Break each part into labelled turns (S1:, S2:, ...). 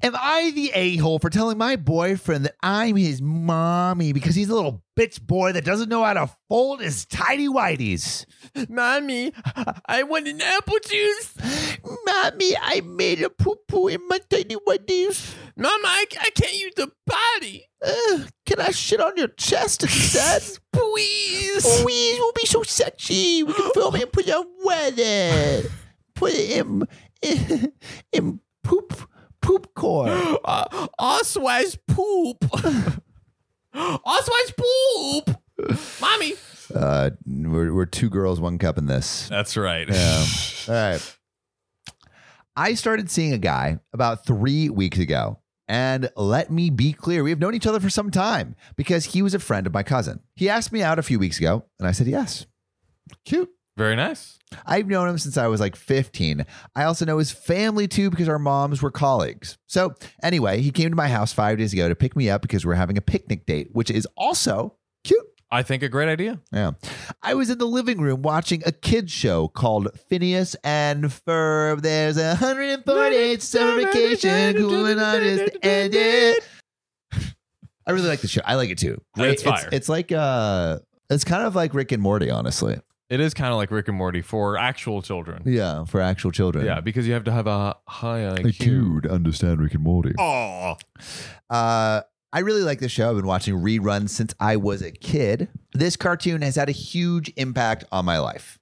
S1: Am I the a hole for telling my boyfriend that I'm his mommy because he's a little bitch boy that doesn't know how to fold his tidy whities?
S2: Mommy, I want an apple juice.
S1: Mommy, I made a poo poo in my tidy whities.
S2: Mama, I, I can't use the body.
S1: Ugh, can I shit on your chest instead?
S2: Please.
S1: Please, we'll be so sexy. We can film it and put it on wedding. Put it in in, in poop poop core.
S2: Uh, Oswei's poop. Oswei's poop. Mommy.
S1: Uh, we're, we're two girls, one cup in this.
S3: That's right.
S1: Yeah. All right. I started seeing a guy about three weeks ago. And let me be clear, we have known each other for some time because he was a friend of my cousin. He asked me out a few weeks ago, and I said yes. Cute.
S3: Very nice.
S1: I've known him since I was like 15. I also know his family too because our moms were colleagues. So, anyway, he came to my house five days ago to pick me up because we're having a picnic date, which is also cute.
S3: I think a great idea.
S1: Yeah. I was in the living room watching a kids show called Phineas and Ferb. There's a 148 summer vacation cooling on is to end it. I really like the show. I like it too.
S3: Great. It's fire.
S1: It's, like uh it's kind of like Rick and Morty, honestly.
S3: It is kind of like Rick and Morty for actual children.
S1: Yeah, for actual children.
S3: Yeah, because you have to have a high
S1: A
S3: IQ.
S1: dude understand Rick and Morty.
S3: Oh,
S1: Uh, I really like this show. I've been watching reruns since I was a kid. This cartoon has had a huge impact on my life.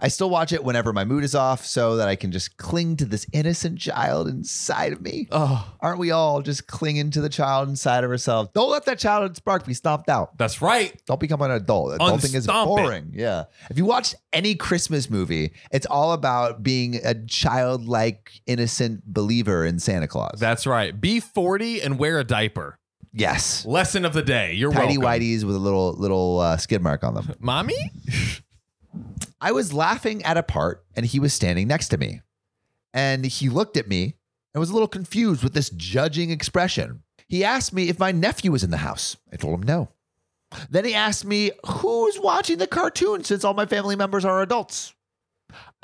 S1: I still watch it whenever my mood is off so that I can just cling to this innocent child inside of me.
S3: oh,
S1: Aren't we all just clinging to the child inside of ourselves? Don't let that childhood spark be stomped out.
S3: that's right.
S1: Don't become an adult. Adulting is
S3: Unstomp it.
S1: boring. Yeah. If you watch any Christmas movie, it's all about being a childlike, innocent believer in Santa Claus.
S3: That's right. Be 40 and wear a diaper.
S1: yes.
S3: Lesson of the day. You're
S1: tidy
S3: welcome.
S1: whities with a little little uh, skid mark on them.
S3: Mommy?
S1: I was laughing at a part, and he was standing next to me, and he looked at me and was a little confused with this judging expression. He asked me if my nephew was in the house. I told him no. Then he asked me who's watching the cartoon since all my family members are adults.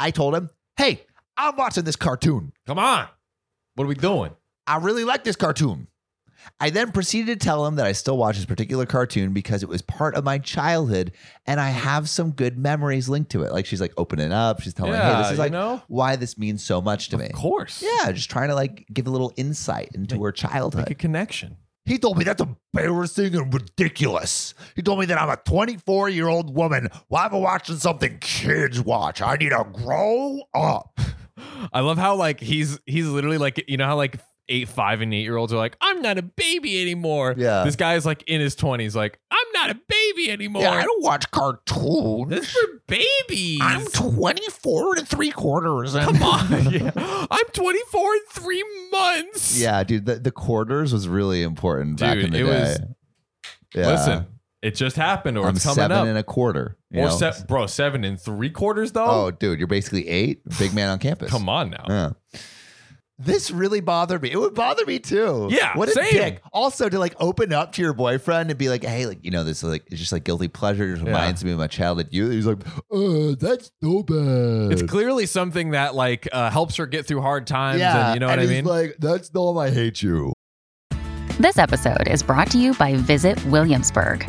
S1: I told him, "Hey, I'm watching this cartoon.
S3: Come on. What are we doing?
S1: I really like this cartoon." I then proceeded to tell him that I still watch this particular cartoon because it was part of my childhood and I have some good memories linked to it. Like she's like opening up, she's telling me, hey, this is
S3: you
S1: like
S3: know?
S1: why this means so much to me.
S3: Of course.
S1: Yeah, just trying to like give a little insight into her
S3: Make a
S1: childhood.
S3: connection.
S1: He told me that's embarrassing and ridiculous. He told me that I'm a 24 year old woman. Why am I watching something kids watch? I need to grow up.
S3: I love how like he's he's literally like you know how like eight, five, and eight year olds are like, I'm not a baby anymore.
S1: Yeah.
S3: This guy is like in his twenties, like, I'm not a baby anymore.
S1: Yeah, I don't watch cartoons.
S3: this is for babies.
S1: 24 and three quarters.
S3: Come on. Yeah. I'm 24 in three months.
S1: yeah, dude, the, the quarters was really important back
S3: Dude,
S1: in the
S3: it
S1: day.
S3: was-
S1: yeah.
S3: Listen, it just happened or
S1: I'm
S3: it's coming
S1: seven
S3: up.
S1: and a quarter. you
S3: or
S1: know?
S3: se- bro, seven and three quarters though.
S1: oh, dude, you're basically eight. Big man on campus.
S3: Come on now.
S1: Yeah. This really bothered me. It would bother me too.
S3: Yeah,
S1: What a
S3: same.
S1: dick. Also, to like open up to your boyfriend and be like, hey, like, you know, this is like, it's just like guilty pleasure. It just
S3: Yeah.
S1: reminds me of my childhood youth. He's like, uh, that's so bad.
S3: It's clearly something that like uh, helps her get through hard times.
S1: yeah.
S3: and you know what
S1: and
S3: I
S1: he's
S3: mean.
S1: like, that's dumb. I hate you.
S4: This episode is brought to you by Visit Williamsburg.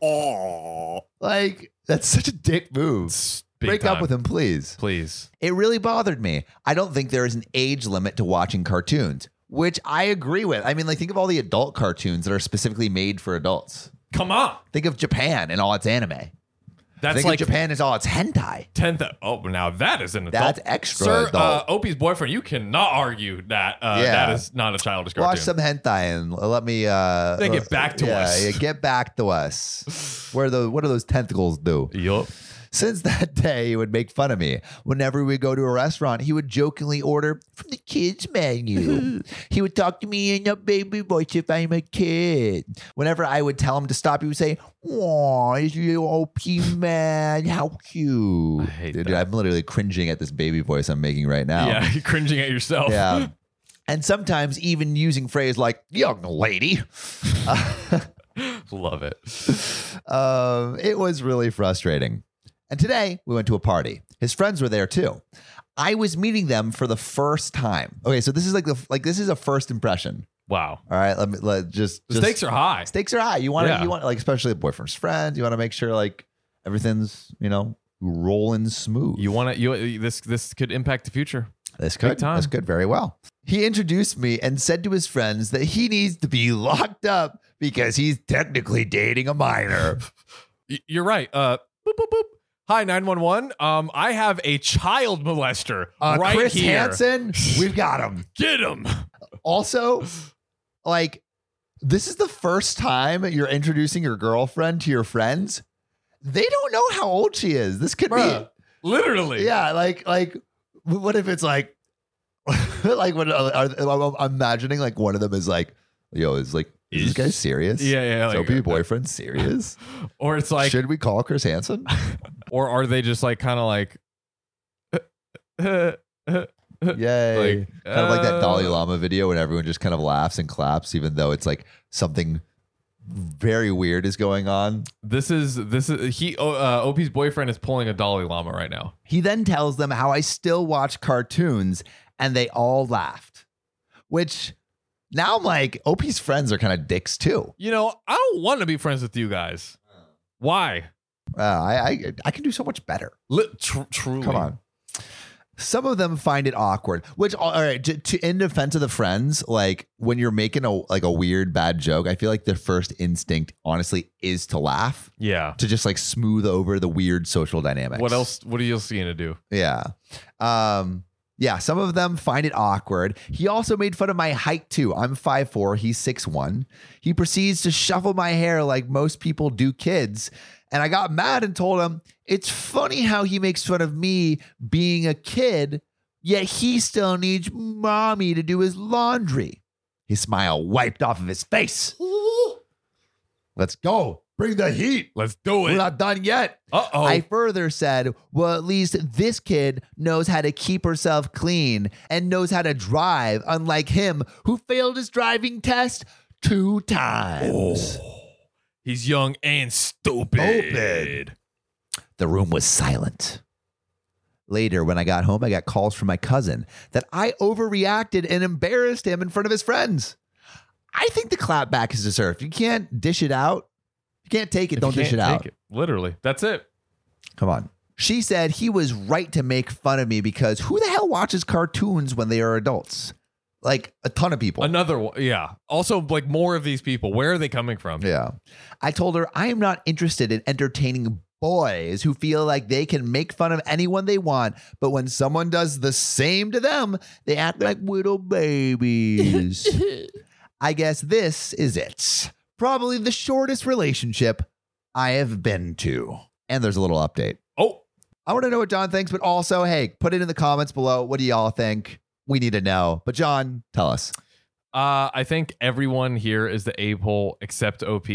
S1: Oh, like that's such a dick move.
S3: big
S1: Break up
S3: time.
S1: with him, please.
S3: Please.
S1: It really bothered me. I don't think there is an age limit to watching cartoons, which I agree with. I mean, like think of all the adult cartoons that are specifically made for adults.
S3: Come on.
S1: Think of Japan and all its anime.
S3: That's
S1: think
S3: like
S1: of Japan is all its hentai.
S3: 10th. Oh, now that is an adult.
S1: That's extra
S3: Sir,
S1: adult.
S3: Uh, Opie's boyfriend, you cannot argue that uh,
S1: Yeah.
S3: that is not a childish cartoon.
S1: Watch some hentai and let me. uh
S3: Then get back to
S1: yeah,
S3: us.
S1: Yeah, get back to us. Where the what do those tentacles do?
S3: Yup.
S1: Since that day, he would make fun of me. Whenever we go to a restaurant, he would jokingly order from the kids' menu. he would talk to me in a baby voice if I'm a kid. Whenever I would tell him to stop, he would say, Aw, is you OP man? How cute.
S3: I hate
S1: Dude,
S3: that.
S1: I'm literally cringing at this baby voice I'm making right now.
S3: Yeah, you're cringing at yourself.
S1: Yeah. And sometimes even using phrase like young lady.
S3: Love it.
S1: um, it was really frustrating. And today we went to a party. His friends were there too. I was meeting them for the first time. Okay, so this is like the like this is a first impression.
S3: Wow.
S1: All right, let me let just,
S3: The
S1: just
S3: stakes are high.
S1: stakes are high. You want to
S3: Yeah.
S1: you want like especially a boyfriend's friend. You want to make sure like everything's you know rolling smooth.
S3: You want to, you, this this could impact the future.
S1: This
S3: Big
S1: could.
S3: time.
S1: This could very well. He introduced me and said to his friends that he needs to be locked up because he's technically dating a minor.
S3: Y- You're right. Uh, boop, boop, boop. Hi, 911. Um, I have a child molester
S1: Uh,
S3: right
S1: Chris
S3: here.
S1: Hansen, we've got him.
S3: Get him.
S1: Also, like, this is the first time you're introducing your girlfriend to your friends. They don't know how old she is. This could
S3: Bruh. Literally.
S1: be, yeah, like, like, what if it's like, like, what uh, are, I'm I'm imagining like one of them is like, yo, is like, is this
S3: Is-
S1: guy serious?
S3: Yeah, yeah.
S1: So
S3: like-
S1: be boyfriend serious?
S3: Or it's like,
S1: Should we call Chris Hansen?
S3: or are they just like kind of like,
S1: Yay.
S3: like
S1: kind of like that Dalai
S3: uh,
S1: Lama video when everyone just kind of laughs and claps, even though it's like something very weird is going on.
S3: This is this is he. oh, Uh, Opie's boyfriend is pulling a Dalai Lama right now.
S1: He then tells them how I still watch cartoons and they all laughed, which now I'm like, Opie's friends are kind of dicks too.
S3: You know, I don't want to be friends with you guys. Why?
S1: Uh, I, I, I can do so much better.
S3: Li- tr- truly,
S1: Come on. Some of them find it awkward, which all right. To, to in defense of the friends, like when you're making a like a weird bad joke, I feel like the first instinct, honestly, is to laugh
S3: Yeah.
S1: to just like smooth over the weird social dynamics.
S3: What else? What are you else gonna do?
S1: Yeah. Um, yeah, some of them find it awkward. He also made fun of my height too. I'm 5'4, he's 6'1. He proceeds to shuffle my hair like most people do kids. And I got mad and told him, it's funny how he makes fun of me being a kid, yet he still needs mommy to do his laundry. His smile wiped off of his face. Let's go. Bring the heat.
S3: Let's do
S1: We're
S3: it.
S1: not done yet.
S3: Uh oh.
S1: I further said, well, at least this kid knows how to keep herself clean and knows how to drive, unlike him who failed his driving test two times.
S3: Oh. He's young and stupid.
S1: Stupid. The room was silent. Later, when I got home, I got calls from my cousin that I overreacted and embarrassed him in front of his friends. I think the clapback is deserved. You can't dish it out. You can't take it.
S3: If
S1: don't
S3: you
S1: dish it
S3: can't
S1: out.
S3: take Literally, that's it.
S1: Come on. She said he was right to make fun of me because who the hell watches cartoons when they are adults? Like a ton of people.
S3: Another one. Yeah. Also, like more of these people. Where are they coming from?
S1: yeah. I told her I am not interested in entertaining boys who feel like they can make fun of anyone they want, but when someone does the same to them, they act like little babies. I guess this is it. Probably the shortest relationship I have been to. And there's a little update.
S3: Oh,
S1: I want to know what John thinks, but also, hey, put it in the comments below. What do y'all think? We need to know. But John, tell us.
S3: Uh, I think everyone here is the a hole except OP.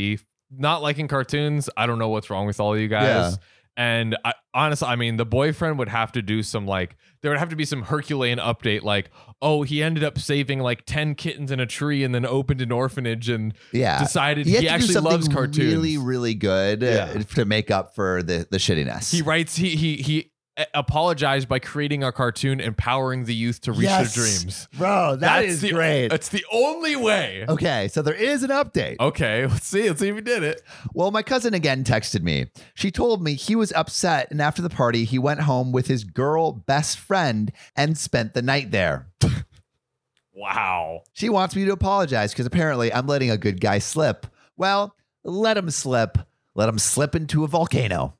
S3: Not liking cartoons. I don't know what's wrong with all of you guys. And I, honestly, I mean, the boyfriend would have to do some like there would have to be some Herculean update, like oh, he ended up saving like ten kittens in a tree and then opened an orphanage and
S5: Yeah.
S3: decided
S5: You have Uh,
S3: he,
S5: to do
S3: actually
S5: something
S3: loves cartoons.
S5: Really, really good uh,
S3: Yeah.
S5: to make up for the the shittiness.
S3: he writes he he he a- apologized by creating a cartoon empowering the youth to reach
S5: Yes.
S3: their dreams.
S5: Bro, That's
S3: the,
S5: great.
S3: It's the only way.
S5: okay, so there is an update.
S3: Okay, let's see. Let's see if he did it.
S5: Well, my cousin again texted me. She told me he was upset, and after the party, he went home with his girl best friend and spent the night there.
S3: Wow.
S5: She wants me to apologize because apparently I'm letting a good guy slip. Well, let him slip. Let him slip into a volcano.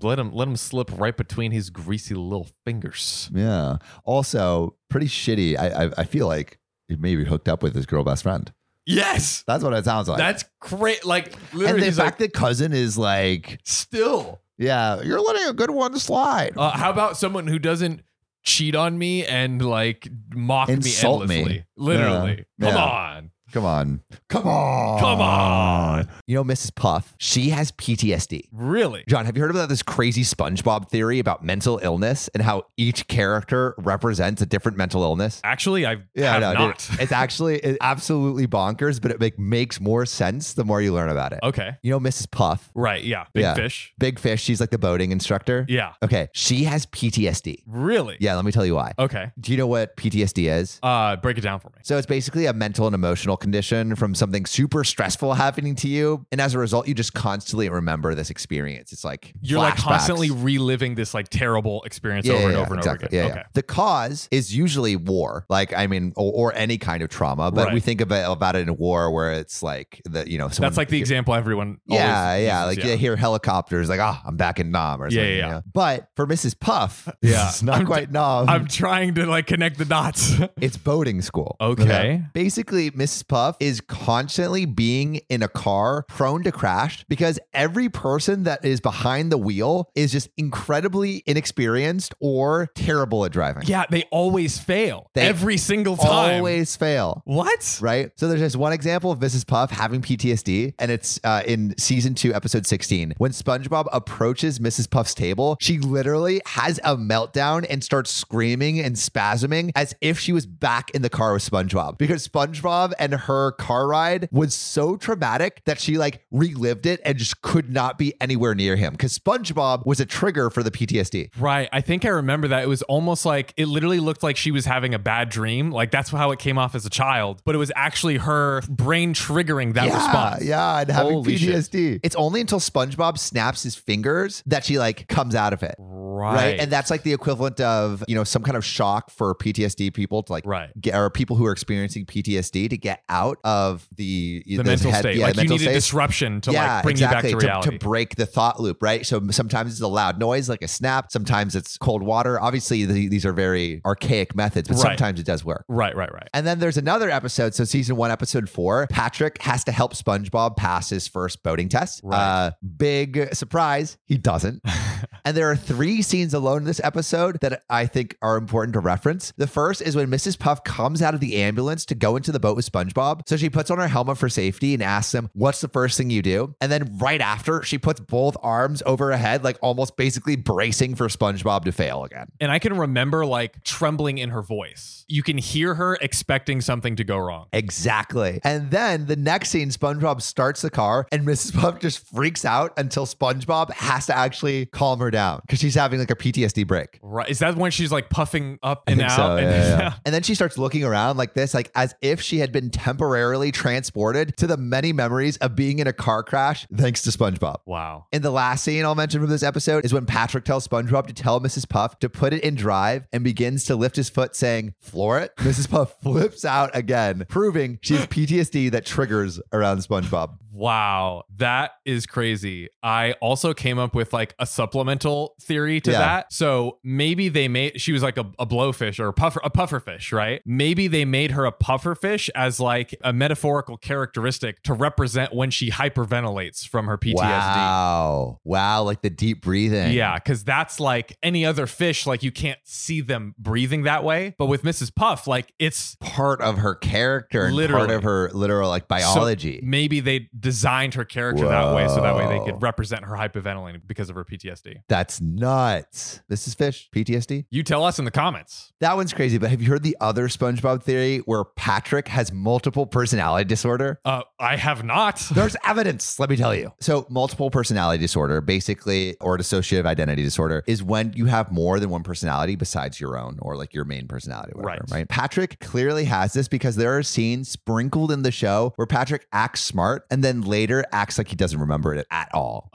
S3: Let him let him slip right between his greasy little fingers.
S5: Yeah. Also, pretty shitty. I I, I feel like it may be hooked up with his girl best friend.
S3: Yes.
S5: That's what it sounds like.
S3: That's great. Like
S5: and
S3: literally
S5: the
S3: he's
S5: fact
S3: like,
S5: that cousin is like,
S3: still.
S5: yeah, you're letting a good one slide.
S3: Uh, how about someone who doesn't cheat on me and like mock
S5: Insult me.
S3: me endlessly? Literally.
S5: Yeah.
S3: Come
S5: Yeah.
S3: on.
S5: Come on. Come on.
S3: Come on.
S5: You know, Mrs. Puff, she has PTSD.
S3: Really?
S1: John, have you heard about this crazy SpongeBob theory about mental illness and how each character represents a different mental illness?
S3: Actually, I
S5: Yeah, I
S3: have
S5: know, dude.
S3: not.
S1: It's actually it's absolutely bonkers, but it make, makes more sense the more you learn about it.
S3: Okay.
S1: You know, Mrs. Puff,
S3: Right. Yeah. Big
S1: Yeah.
S3: fish.
S1: Big Fish, she's like the boating instructor.
S3: Yeah.
S1: Okay. She has PTSD.
S3: Really?
S1: Yeah, let me tell you why.
S3: Okay.
S1: Do you know what PTSD is?
S3: Uh, break it down for me.
S1: So it's basically a mental and emotional condition from something super stressful happening to you. And as a result, you just constantly remember this experience. It's like
S3: You're like
S1: flashbacks.
S3: constantly reliving this like terrible experience over and over and
S1: exactly.
S3: over again.
S1: Yeah, yeah.
S3: okay.
S1: The cause is usually war, like I mean, or, or any kind of trauma. But
S3: Right.
S1: we think about about it in war, where it's like the you know, someone,
S3: That's like the example everyone. always
S1: Yeah, yeah.
S3: uses,
S1: Like you hear helicopters, like ah, I'm back in Nam or
S3: Yeah,
S1: something.
S3: yeah, yeah.
S1: you know? But for Mrs. Puff,
S3: Yeah.
S1: it's not
S3: I'm-
S1: quite Nam.
S3: I'm trying to like connect the dots.
S1: it's boating school.
S3: Okay.
S1: Basically, Mrs. Puff is constantly being in a car prone to crash because every person that is behind the wheel is just incredibly inexperienced or terrible at driving.
S3: yeah, they always fail
S1: They
S3: every single time.
S1: Always fail.
S3: What?
S1: Right. So there's this one example of Mrs. Puff having PTSD, and it's uh, in season two, episode 16. When SpongeBob approaches Mrs. Puff's table, she literally has a meltdown and starts screaming and spasming as if she was back in the car with SpongeBob because SpongeBob and her car ride was so traumatic that she like relived it and just could not be anywhere near him because SpongeBob was a trigger for the PTSD.
S3: Right. I think I remember that. It was almost like it literally looked like she was having a bad dream. Like that's how it came off as a child, but it was actually her brain triggering that
S1: yeah,
S3: response.
S1: Yeah, and having
S3: Holy shit.
S1: PTSD. It's only until SpongeBob snaps his fingers that she like comes out of it.
S3: Right.
S1: Right. And that's like the equivalent of, you know, some kind of shock for PTSD people to like
S3: Right.
S1: get or people who are experiencing PTSD to get out of the
S3: the
S1: those
S3: mental
S1: head-
S3: state.
S1: yeah,
S3: like you
S1: mental
S3: need a
S1: states.
S3: disruption to like bring you back to
S1: to-
S3: reality.
S1: To, break the thought loop, right? So sometimes it's a loud noise, like a snap. Sometimes it's cold water. Obviously, the, these are very archaic methods, but
S3: Right.
S1: sometimes it does work.
S3: right, right, right.
S1: And then there's another episode. So season one, episode four, Patrick has to help SpongeBob pass his first boating test.
S3: Right.
S1: Uh, big surprise, he doesn't. and there are three scenes alone in this episode that I think are important to reference. The first is when Mrs. Puff comes out of the ambulance to go into the boat with SpongeBob. So she puts on her helmet for safety and asks him, "What's the first thing you do?" And then right after, she puts both arms over her head, like almost basically bracing for SpongeBob to fail again.
S3: And I can remember like trembling in her voice. You can hear her expecting something to go wrong.
S1: Exactly. And then the next scene, SpongeBob starts the car and Mrs. Puff just freaks out until SpongeBob has to actually calm her down because she's having like a PTSD break.
S3: Right. Is that when she's like puffing up
S1: I
S3: and
S1: think
S3: out?
S1: so,
S3: and
S1: yeah, yeah. And then she starts looking around like this, like as if she had been temporarily transported to the many memories of being in a car crash thanks to SpongeBob.
S3: Wow.
S1: And the last scene I'll mention from this episode is when Patrick tells SpongeBob to tell Mrs. Puff to put it in drive and begins to lift his foot, saying, floor it. Mrs. Puff flips out again, proving she has PTSD that triggers around SpongeBob.
S3: Wow. That is crazy. I also came up with like a supplemental theory to to
S1: Yeah.
S3: that. So maybe they made she was like a, a blowfish or a puffer a pufferfish, right? Maybe they made her a pufferfish as like a metaphorical characteristic to represent when she hyperventilates from her PTSD.
S1: Wow. Wow. Like the deep breathing.
S3: Yeah, because that's like any other fish, like you can't see them breathing that way. But with Mrs. Puff, like it's
S1: Part of her character and part
S3: Literally.
S1: of her literal like
S3: so
S1: biology.
S3: maybe they designed her character that way so that way they could represent her hyperventilating because of her PTSD.
S1: That's nuts. This is fish, PTSD.
S3: You tell us in the comments.
S1: That one's crazy, but have you heard the other SpongeBob theory where Patrick has multiple personality disorder?
S3: Uh, I have not.
S1: There's evidence, let me tell you. So, multiple personality disorder, basically, or dissociative identity disorder, is when you have more than one personality besides your own or like your main personality, whatever,
S3: Right.
S1: right? Patrick clearly has this because there are scenes sprinkled in the show where Patrick acts smart and then later acts like he doesn't remember it at all.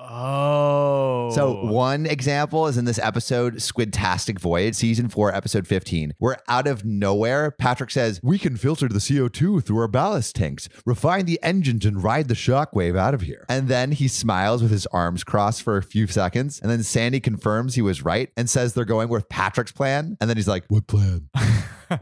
S3: Oh.
S1: So one example is in this episode, Squidtastic Voyage, season four, episode 15, where out of nowhere, Patrick says, We can filter the CO2 through our ballast tanks, refine the engines, and ride the shockwave out of here. And then he smiles with his arms crossed for a few seconds. And then Sandy confirms he was right and says they're going with Patrick's plan. And then he's like, What plan?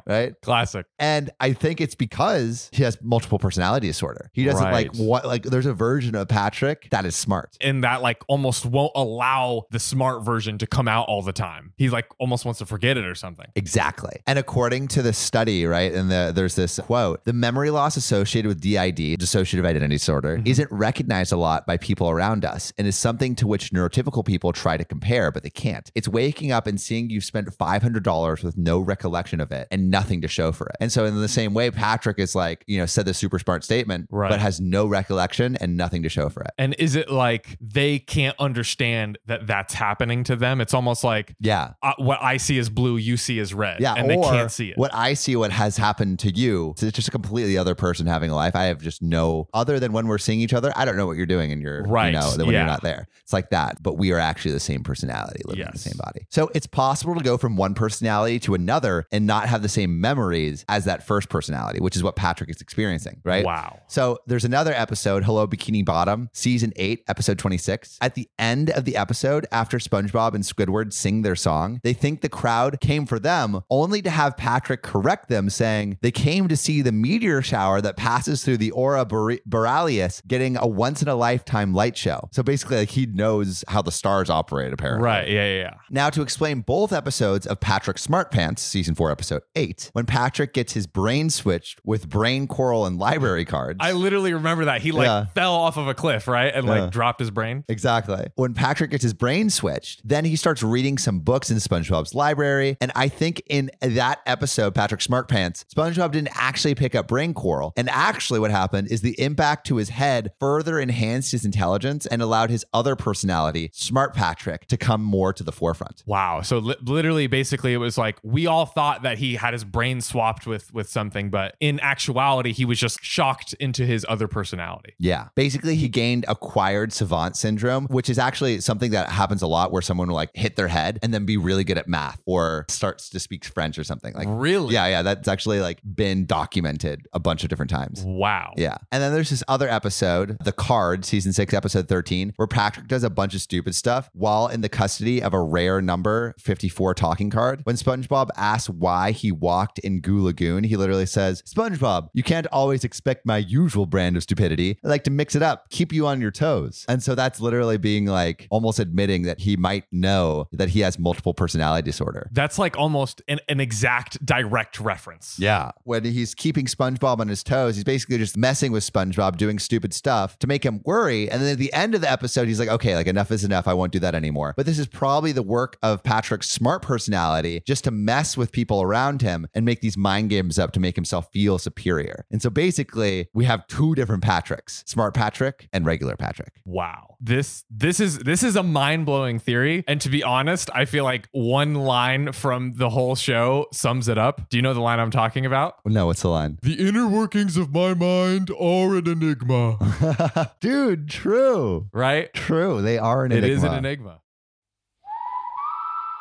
S1: right?
S3: classic.
S1: And I think it's because he has multiple personality disorder. He doesn't
S3: Right.
S1: like what like there's a version of Patrick that is smart.
S3: And that like almost won't allow the smart version to come out all the time. He like almost wants to forget it or something.
S1: Exactly. And according to the study, right, and the, there's this quote the memory loss associated with DID, dissociative identity disorder, isn't recognized a lot by people around us and is something to which neurotypical people try to compare, but they can't. It's waking up and seeing you've spent $500 with no recollection of it and nothing to show for it. And so, in the same way, Patrick is like, you know, said the super smart statement,
S3: Right.
S1: but has no recollection and nothing to show for it.
S3: And is it like they can't understand that that's happening to them? It's almost like
S1: Yeah.
S3: uh, what I see is blue, you see is red.
S1: Yeah,
S3: and they
S1: or
S3: can't see it.
S1: What I see, what has happened to you, so it's just a completely other person having a life. I have just no other than when we're seeing each other. I don't know what you're doing, and you're
S3: Right,
S1: You know, that when
S3: yeah.
S1: you're not there, it's like that. But we are actually the same personality, living in the
S3: Yes.
S1: same body. So it's possible to go from one personality to another and not have the same memories as that first personality, which is what Patrick is experiencing, right?
S3: Wow.
S1: So there's another episode, Hello Bikini Bottom, season eight, episode 26. At the end of the episode, after SpongeBob and Squidward sing their song, they think the crowd came for them, only to have Patrick correct them, saying they came to see the meteor shower that passes through the aura Bore- borealis, getting a once in a lifetime light show. So basically, like he knows how the stars operate, apparently.
S3: Right. Yeah. Yeah. yeah.
S1: Now, to explain both episodes of Patrick Smart Pants, season four, episode eight, when Patrick gets his brain switched with brain coral and library cards.
S3: I literally remember that. He like
S1: Yeah.
S3: fell off of a cliff, right? And like
S1: Yeah.
S3: dropped his brain.
S1: Exactly. When Patrick gets his brain switched, then he starts reading some books in SpongeBob's library. And I think in that episode, Patrick Smart Pants, SpongeBob didn't actually pick up brain coral. And actually, what happened is the impact to his head further enhanced his intelligence and allowed his other personality, Smart Patrick, to come more to the forefront.
S3: Wow. So li- literally, basically, it was like we all thought that he had his brain swapped with with something, but in actuality, he was just shocked into his other personality.
S1: Yeah. Basically, he gained acquired savant syndrome, which is actually something that happens a lot where someone will like hit their head and then be really good at math or starts to speak French or something. Like,
S3: Really?
S1: Yeah, yeah. That's actually like been documented a bunch of different times.
S3: Wow.
S1: Yeah. And then there's this other episode, The Card, season six, episode 13, where Patrick does a bunch of stupid stuff while in the custody of a rare number 54 talking card. When SpongeBob asks why he walked in Goo Lagoon, he literally says, SpongeBob, you can't always expect my usual brand of stupidity. I like to mix it up, keep you on your toes. And so that's literally being like almost admitting that he might know that he has multiple personality disorder.
S3: That's like almost an, an exact direct reference.
S1: Yeah. When he's keeping SpongeBob on his toes, he's basically just messing with SpongeBob, doing stupid stuff to make him worry. And then at the end of the episode, he's like, okay, like enough is enough. I won't do that anymore. But this is probably the work of Patrick's smart personality just to mess with people around him and make these mind games up to make himself feel superior. And so basically, we have two different Patricks smart Patrick and regular Patrick.
S3: Wow. This this is this is a mind-blowing theory. And to be honest, I feel like one line from the whole show sums it up. Do you know the line I'm talking about?
S1: No, what's the line?
S3: The inner workings of my mind are an enigma.
S1: Dude, true.
S3: Right?
S1: True. They are an
S3: It
S1: enigma.
S3: is an enigma.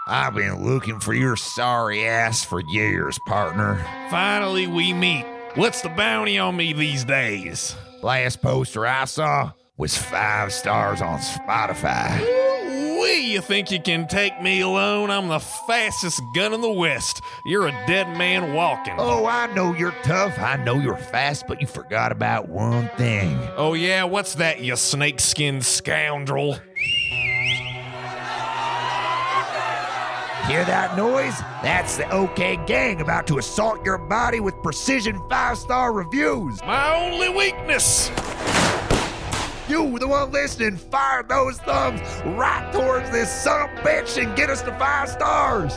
S2: I've been looking for your sorry ass for years, partner.
S6: Finally, we meet. What's the bounty on me these days?
S2: Last poster I saw was five stars on Spotify.
S6: Ooh,
S3: Where you think you can take me alone? I'm the fastest gun in the West. You're a dead man walking.
S2: Oh, I know you're tough. I know you're fast, but you forgot about one thing.
S3: Oh, yeah, what's that, you snakeskin scoundrel?
S2: Hear that noise? That's the OK Gang about to assault your body with precision five star reviews.
S3: My only weakness!
S2: You, the one listening, fire those thumbs right towards this son of a bitch and get us to five stars.